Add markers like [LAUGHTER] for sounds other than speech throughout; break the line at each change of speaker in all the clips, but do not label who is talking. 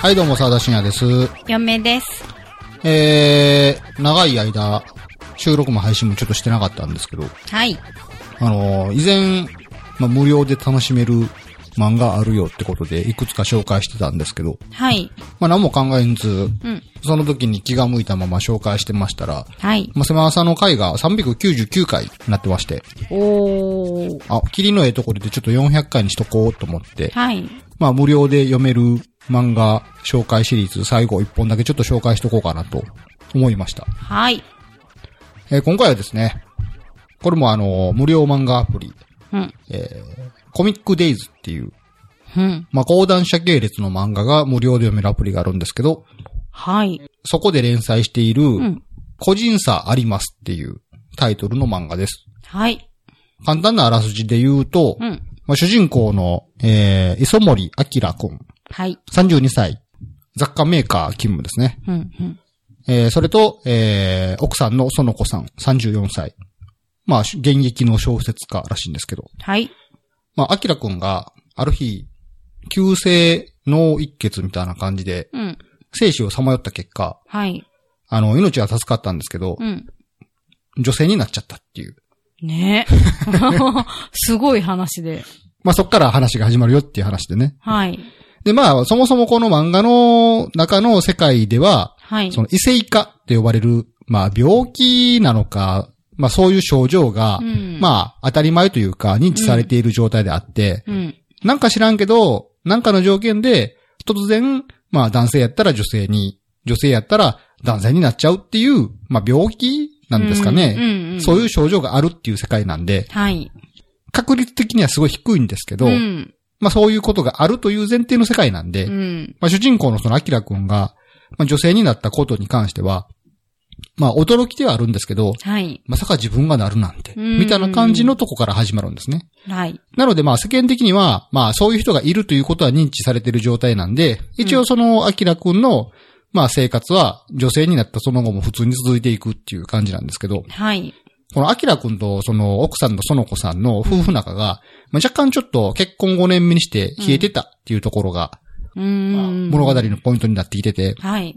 はい、どうも、沢田信也です。
嫁です。
えー、長い間、収録も配信もちょっとしてなかったんですけど、
はい。
あのー以前、まあ、無料で楽しめる漫画あるよってことで、いくつか紹介してたんですけど、
はい。
まあ、何も考えず、
うん。
その時に気が向いたまま紹介してましたら、
はい。
まあ、狭さの回が399回になってまして、
おー。
あ、霧のええところでちょっと400回にしとこうと思って、
はい。
まあ無料で読める漫画紹介シリーズ最後1本だけちょっと紹介しとこうかなと思いました。
はい。
えー今回はですね、これもあのー無料漫画アプリ、
うん。
コミックデイズっていう、
うん。
まあ講談社系列の漫画が無料で読めるアプリがあるんですけど、
はい。
そこで連載している、
ん
個人差ありますっていうタイトルの漫画です。
はい。
簡単なあらすじで言うと、
うん。
まあ、主人公の、えー、磯森明くん、
はい。
32歳、雑貨メーカー勤務ですね。
うん。うん。
えーそれと、えー奥さんの園子さん、34歳。まあ、し現役の小説家らしいんですけど。
はい。
まあ、アキラくんが、ある日、急性脳一血みたいな感じで、
うん。
生死をさまよった結果、
はい。
あの、命は助かったんですけど
う、ん。
女性になっちゃったっていう。 [LAUGHS]
ねえ。すごい話で。
まあ、そっから話が始まるよっていう話でね。
はい。
で、まあ、そもそもこの漫画の中の世界では、
はい。
その異性化って呼ばれる、まあ、病気なのか、まあ、そういう症状が、
うん
まあ、当たり前というか、認知されている状態であって、
うん。
なんか知らんけど、なんかの条件で、突然、まあ、男性やったら女性に、女性やったら男性になっちゃうっていう、まあ、病気なんですか
うん
ね。。
うん。
そういうう症状があるっていう世界なんで、
はい。
確率的にはすごい低いんですけど、
うん。
まあ、そういうことがあるという前提の世界なんで、
うん。
まあ、主人公のそのアキラくんが、まあ、女性になったことに関しては、まあ、驚きではあるんですけど、
はい。
まさか自分がなるなんて、
うん
みたいな感じのとこから始まるんですね。
はい。
なので、まあ、世間的には、まあ、そういう人がいるということは認知されている状態なんで、一応その、アキラくんの、まあ、生活は、女性になったその後も普通に続いていくっていう感じなんですけど、
はい。
このアキラくんと、その、奥さんの園子さんの夫婦仲が、まあ、若干ちょっと結婚5年目にして冷えてたっていうところが、
う
まあ
ん。
物語のポイントになってきてて、
はい。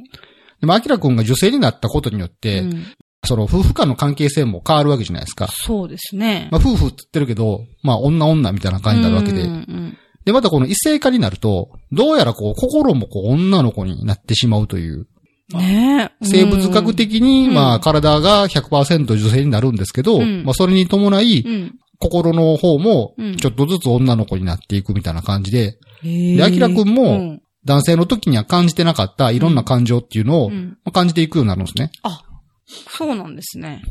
でも、アキラくんが女性になったことによって、
うん
その夫婦間の関係性も変わるわけじゃないですか。
そうですね。
まあ、夫婦って言ってるけど、まあ、女女みたいな感じになるわけで。
うん
で、またこの異性化になると、どうやらこう、心もこう、女の子になってしまうという。
うん。ねえ。
生物学的に、
うん
まあ、体が100%女性になるんですけど、
うん
まあ、それに伴
う
い、
ん。
心の方も
うん、
ちょっとずつ女の子になっていくみたいな感じで、
で
アキラくんも男性の時には感じてなかったいろんな感情っていうのを
うん
まあ感じていくようになるんですね。
あ、そうなんですね。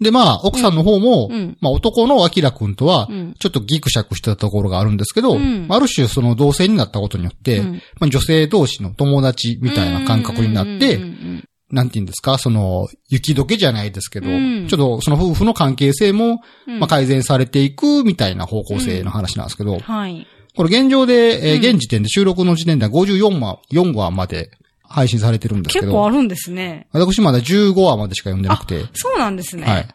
で、まあ、奥さんの方も、
うん
まあ、男のアキラくんとは
う、ん。
ちょっとギクシャクしてたところがあるんですけど、
うん
まあある種その同性になったことによって、
うん
まあ、女性同士の友達みたいな感覚になって、
うんうんうん
なんて言うんですか、その、雪解けじゃないですけど、
うん
ちょっとその夫婦の関係性も、
うん
まあ、改善されていくみたいな方向性の話なんですけど、
はい。
これ現状で、えー
うん
現時点で収録の時点では54話、4話まで配信されてるんですけ
結構あ
ど、
るんですね。
私まだ15話までしか読んでなくて、
そうなんですね。
はい。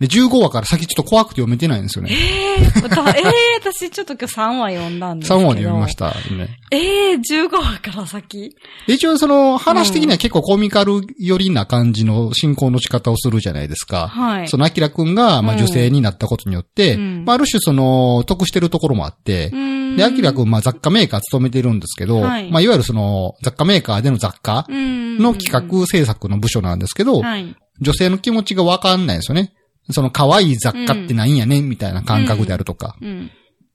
で、15話から先ちょっと怖くて読めてないんですよね。
えー、たえー、私ちょっと今日3話読んだんですけ
3
ど。
話で読みましたね。
えー、15話から先。
で一応その話的には結構コミカル寄りな感じの進行の仕方をするじゃないですか。
はい。
そのアキラくんが、まあ
うん
女性になったことによって、
うん
まあある種その得してるところもあって、
の
で、アキラくん、まあ雑貨メーカー勤めてるんですけど、
はい
まあいわゆるその雑貨メーカーでの雑貨の
の
企画制作の部署なんですけど、
はい。
女性の気持ちがわかんないんですよね。その可愛い雑貨ってなんやねんみたいな感覚であるとか、
うん。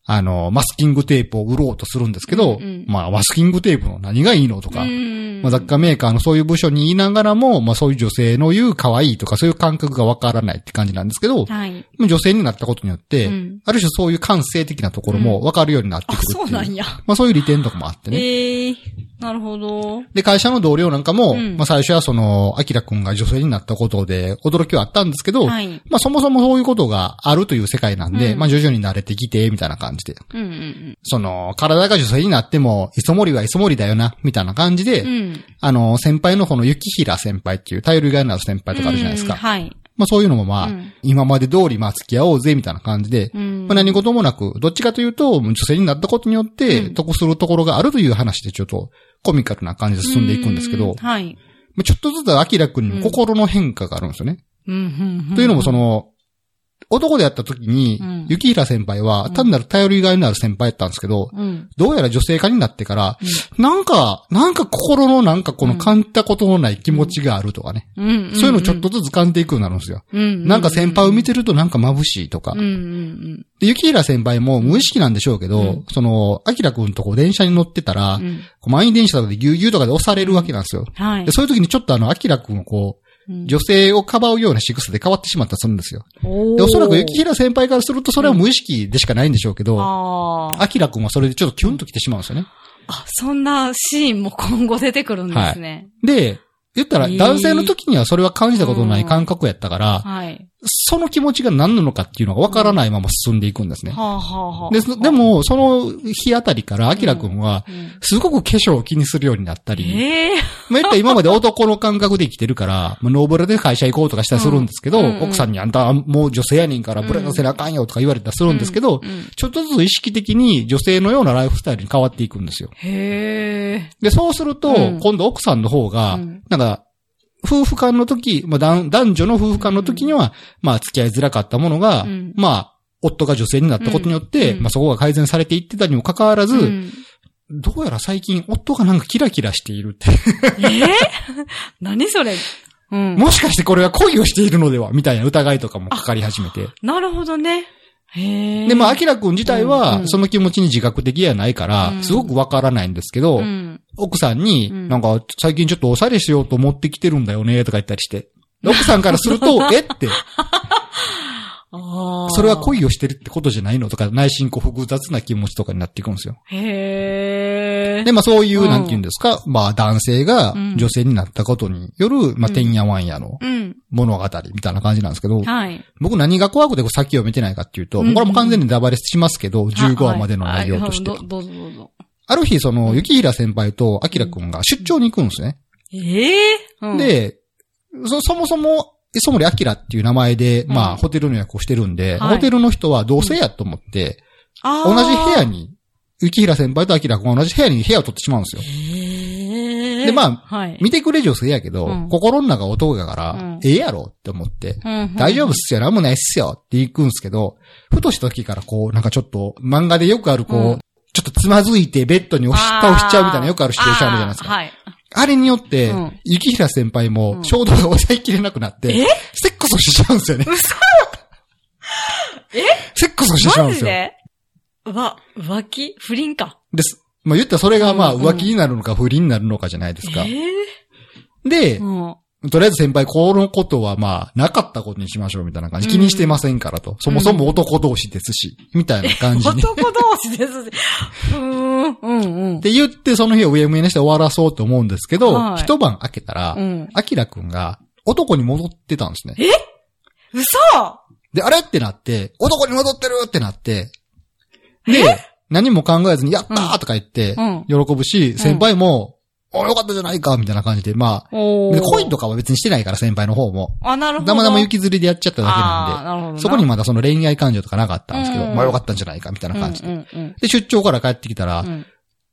あの、マスキングテープを売ろうとするんですけど、
うんうん
まあマスキングテープの何がいいのとか、
うん
まあ、雑貨メーカーのそういう部署に言いながらも、まあ、そういう女性の言う可愛いとかそういう感覚がわからないって感じなんですけど、
はい。
女性になったことによって、
うん
ある種そういう感性的なところもわかるようになって
あ、
くるっていう。
そうなんや。
まあ、そういう利点とかもあってね。
えー、なるほど。
で、会社の同僚なんかも、
うん
まあ、最初はその、アキラくんが女性になったことで驚きはあったんですけど、
はい。
まあ、そもそもそういうことがあるという世界なんで、
うん
まあ、徐々に慣れてきて、みたいな感じで。
うんうん
その、体が女性になっても、磯森は磯森だよな、みたいな感じで、
うん。うん。
あの、先輩のこの雪平先輩っていう頼りがいのある先輩とかあるじゃないですか。
うんはい。
まあそういうのもまあ、
うん
今まで通りまあ付き合おうぜみたいな感じで、
うん
まあ何事もなく、どっちかというと、女性になったことによって
うん
得するところがあるという話でちょっとコミカルな感じで進んでいくんですけ
う
ど、
はい。
まあちょっとずつ明君にも心の変化があるんですよね。
うんうんうん
というのもその、男であった時に
うん、
雪平先輩は
うん
単なる頼りがいのある先輩だったんですけど、
うん。
どうやら女性化になってから、なんか、なんか心のなんかこの感じたことのない気持ちがあるとかね。
うんうん。
そういうのをちょっとずつ感じていくようになるんですよ。
うん、うん。
なんか先輩を見てるとなんか眩しいとか
うん。うん
で、雪平先輩も無意識なんでしょうけど、
うん
その、アキラくんとこう電車に乗ってたら、
うん。うん。
こう満員電車とかでぎゅうぎゅうとかで押されるわけなんですよ。
はい
で、。そういう時にちょっとあの、アキラくんをこう、
うん
女性をかばうような仕草で変わってしまったりするんですよ。
お
で、
ー
おそらく雪平先輩からするとそれは無意識でしかないんでしょうけど、
あー
アキラくんはそれでちょっとキュンと来てしまうんですよね。
あ。そんなシーンも今後出てくるんですね。
で、言ったら
えー
男性の時にはそれは感じたことのない感覚やったから、
はい。
その気持ちが何なのかっていうのがわからないまま進んでいくんですね
は。あはあはあ。
で、そで、も、その日あたりから、アキラくんは、
うん、
すごく化粧を気にするようになったり、
ええ
まあ、言ったら今まで男の感覚で生きてるから、まあ、ノーブラで会社行こうとかしたりするんですけど、
うんうんうん
奥さんにあんたもう女性やねんからブラ出せなあかんよとか言われたりするんですけど、
うんうん
ちょっとずつ意識的に女性のようなライフスタイルに変わっていくんですよ。
へえ。
で、そうすると、
うん
今度奥さんの方が、
うん
なんか、夫婦間の時、まあ、男男女の夫婦間の時には、まあ、付き合いづらかったものが、
うん
まあ、夫が女性になったことによって、
うん
まあ、そこが改善されていってたにもかかわらず、 [LAUGHS]
うん
どうやら最近夫がなんかキラキラしているって、
ええ [LAUGHS] 何それうん。
もしかしてこれは恋をしているのではみたいな疑いとかもかかり始めて。
なるほどね。へえ。
で、まあ、アキラくん自体
うんう
は、
ん
その気持ちに自覚的ではないから、
うん
すごくわからないんですけど、
うん。
奥さんに、
うん
なんか、最近ちょっとおしゃれしようと思ってきてるんだよね、とか言ったりして。で奥さんからす
[LAUGHS]
ると、えって、
ああ。
それは恋をしてるってことじゃないのとか、内心こう複雑な気持ちとかになっていくんですよ。
へえ。
で、まあそういう、
うん
なんて言うんですか、まあ男性が
うん
女性になったことによる、まあ
うん
天夜ワン夜の
うん。
物語みたいな感じなんですけど、
はい。
僕何が怖くてこう先を見てないかっていうと、
うん
これも完全にダバレしますけど、15話までの内容として
はい。はいどどうぞどうぞ。
ある日、その、雪平先輩と明君が出張に行くんですね。
ええうん、
で、そ、そもそも、磯森明っていう名前で、
ん
まあ、ホテルの予約をしてるんで、
はい
ホテルの人は同性やと思って、
あ
同じ部屋
に。
に、雪平先輩と明君が同じ部屋に部屋を取ってしまうんですよ。
へえ。
でまあ
はい。
見てくれ女性やけど、
うん
心の中男やから、
うん
ええやろって思って、
うんうん
大丈夫っすよ、なんもないっすよって行くんすけど、ふとした時からこう、なんかちょっと、漫画でよくあるこう、
うん
ちょっとつまずいてベッドに押し倒しちゃうみたいなよくあるシチュエーションあるじゃないですか。
あーはい。
あれによって、
うん
雪平先輩
う
も
ん
衝動が抑えきれなくなって、
え
セックスをしちゃうんです
[LAUGHS]
よね。
嘘
セックスをしちゃうん
マ
です
ジ
よ。
でわ、浮気不倫か。
です。まあ言ったらそれがまあ
うんうん
浮気になるのか不倫になるのかじゃないですか。
え
で
え、も
とりあえず先輩、このことはまあなかったことにしましょうみたいな感じ。
うん
気にしてませんからと。そもそも男同士ですし、みたいな
う
感
ん、
じに。っ
男同士です。うーん、うん、うん。
て言ってその日をうやむやにして終わらそうと思うんですけど、
はい
一晩明けたら
う、ん。
アキラくんが男に戻ってたんですね。
嘘
で、あれってなって、男に戻ってるってなって、で、何も考えずに、やったーとか言って、喜ぶし、先輩も、およかったじゃないかみたいな感じで、まあ、
お
でコインと
か。
かは別にしてないから、先輩の方も。
あ、なるほど。
だまだま
き
雪ずりでやっちゃっただけ
あー
なん
なるほど
で、
な。
そこにまだその恋愛感情とかなかったんですけど、
うん
まあよかったんじゃないかみたいな感じ
う
で。
ん、うん、
で、出張から帰ってきたら
う、ん。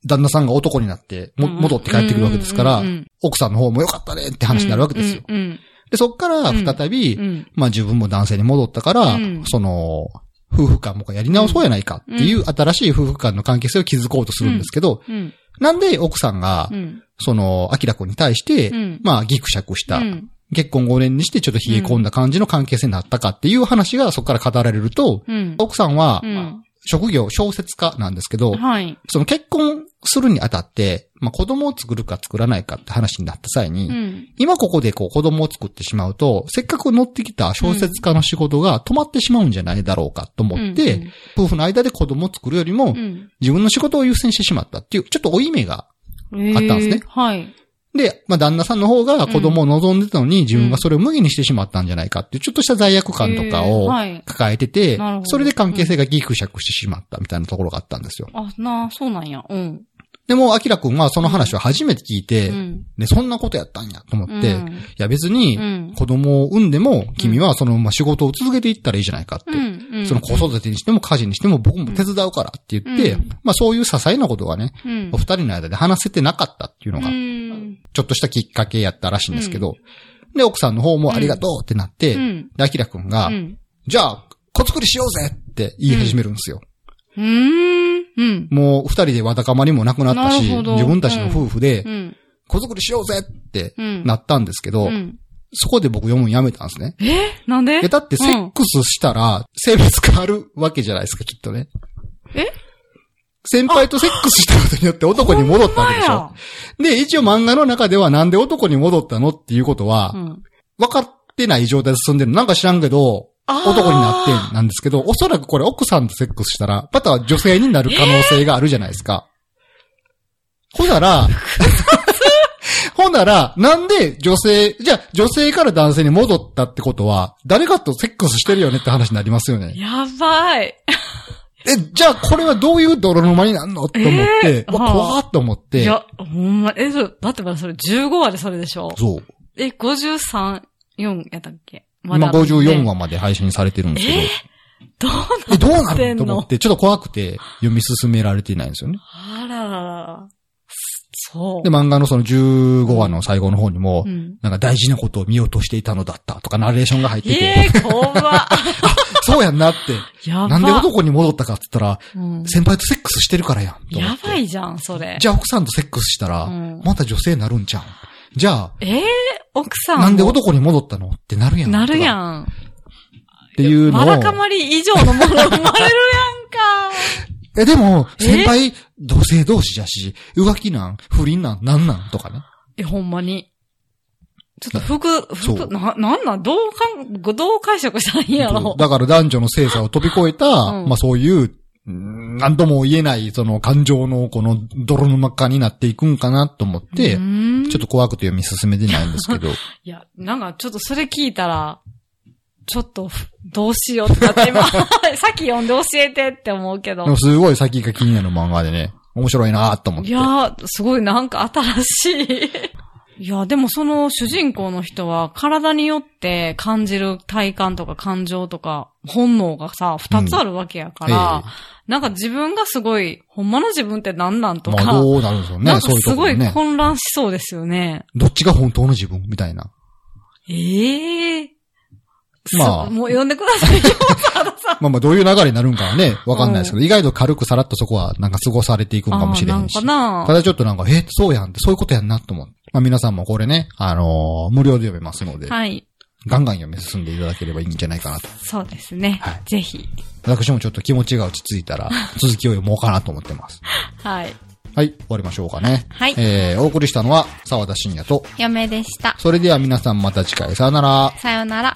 旦那さんが男になって、も戻って帰ってくるわけですから
うんうんうんうん、
奥さんの方もよかったねって話になるわけですよ。
うん、
で、そっから再び
うん、うん。
まあ自分も男性に戻ったから、
うん
その、夫婦間もやり直そうやないかっていう新しい夫婦間の関係性を築こうとするんですけど、
うん、うん
なんで奥さんが、
うん、
その、明君に対して、
うん
まあギクシャクした、
うん
結婚5年にしてちょっと冷え込んだ感じの関係性になったかっていう話がそこから語られると、
うん。
奥さんは、
うん
職業小説家なんですけど、
はい。
その結婚するにあたって、まあ子供を作るか作らないかって話になった際に、
うん。
今ここでこう子供を作ってしまうと、せっかく乗ってきた小説家の仕事が止まってしまうんじゃないだろうかと思って、
うん
夫婦の間で子供を作るよりも
う、ん。
自分の仕事を優先してしまったっていう、ちょっと負い目が。
うん
あったんですね
へーはい。
で、まあ旦那さんの方が子供を望んでたのに、自分がそれを無理にしてしまったんじゃないかっていう、ちょっとした罪悪感とか
へー
を
はい。
抱えてて
なるほ、ど
それで関係性がギクシャクしてしまったみたいなところがあったんですよ。
あ、なあ、そうなんや。うん。
でも、アキラくんはその話を初めて聞いて、
うん
ね、そんなことやったんやと思
う
っ
ん。
て、いや別に
うん、
子供を産んでも、君はそのまま仕事を続けていったらいいじゃないかって。
うん。うん
その子育てにしても家事にしても僕も手伝うからって言って、
うん
まあそういう些細なことがね、
うん
お。二人の間で話せてなかったっていうのが
う、ん。
ちょっとしたきっかけやったらしいんですけど、で、奥さんの方もありがとうってなって、
うん
で、アキラくんが、
うん。
じゃあ、子作りしようぜって言い始めるんですよ。
うん。うん。
もう二人でわだかまりもなくなった
な
し、
るほど
自分たちの夫婦で
う、ん。
子作りしようぜって
うん。
なったんですけど、
うん。
そこで僕読むのやめたんですね。
なんで
[LAUGHS] え、だってセックスしたら性別変わるわけじゃないですか、きっとね。
え
先輩とセックスしたことによって男に戻ったわけでしょ。で、一応漫画の中ではなんで男に戻ったのっていうことは
ほ、んまやうん
分かってない状態で進んでる。なんか知らんけど、
あー
男になってなんですけど、おそらくこれ奥さんとセックスしたら、また女性になる可能性があるじゃないですか。ほな
[LAUGHS]
ら、ほなら、なんで女性、じゃあ女性から男性に戻ったってことは、誰かとセックスしてるよねって話になりますよね。
やばい。
え、じゃあこれはどういう泥沼になんのと思って、
えー
わ怖っと思っ
い
て、
や、ほんま、え、そうだってまだそれ15話でそれでしょ
そう。
え、53、4やったっけま
今
だ。
54。話まで配信されてるんですけど。
どう
え、どう
な
な
って
る
ん
と思
の
って、ちょっと怖くて読み進められてないんですよね。
あらららら。そ
で、
う。
漫画のその15話の最後の方にも、
うん
なんか大事なことを見落としていたのだったとかナレーションが入ってて、
ええ、怖
[LAUGHS]
っ。
そうやんなって。
やば
なんで男に戻ったかって言ったら、
うん
先輩とセックスしてるからやん。と思
や
って
ばいじゃん、それ。
じゃあ奥さんとセックスしたら、
うん
また女性になるんじゃん。じゃあ、
ええ、奥さん。
なんで男に戻ったのってなるやん。
なる
と
や
か
ん。
っていうの
わらか
を。
まり以上のもの生まれるや
[LAUGHS]
んか。
え、でも、
え
先輩、同性同士じゃし、浮気なん、不倫なん、なんなんとかね。
え、ほんまに。ちょっと服、
そう
服、な、なんなんどうかん、どう解釈したらいいんやろ。
だから男女の性差を飛び越えた、
うん
まあそういう、うんなんとも言えない、その感情のこの泥沼化になっていくんかなと思って、ち
うーん
ょっと怖くて読み進めてないんですけど、
いや、なんかちょっとそれ聞いたら、ちょっと、どうしようってなって今、 [LAUGHS] さっき読んで教えてって思うけど
でも。すごい先が気になる漫画でね、面白いなと思っ
い
て。
やー、すごいなんか新しい。い [LAUGHS] や、でもその主人公の人は体によって感じる体感とか感情とか本能がさ、二つあるわけやから、なんか自分がすごい、ほんまの自分って何なん
ええ
と
ま
か、
あどうなるんでしょう
な
ね、
んか
そういうとこ
すご
ろ
い
ね。
混乱しそうですよね。
どっちが本当の自分みたいな。
ええー。
まあ
すもう呼んでくださいよ、沢田さん。
まあまあどういう流れになるんかはね、わかんないですけど、意外と軽くさらっとそこはなんか過ごされていくんかもしれへんし。
あーな
た
んかな
だちょっとなんか、え、そうやんって、そういうことやんなと思う。まあ皆さんもこれね、あのー無料で読めますので、
はい。
ガンガン読み進んでいただければいいんじゃないかなと。
そうですね。
はい
ぜひ。
私もちょっと気持ちが落ち着い
[LAUGHS]
たら、続きを読もうかなと思ってます。
はい。
はい、終わりましょうかね。
はい
えー、お送りしたのは、沢田信也と、
嫁でした。
それでは皆さんまた次回、さよなら。
さようなら。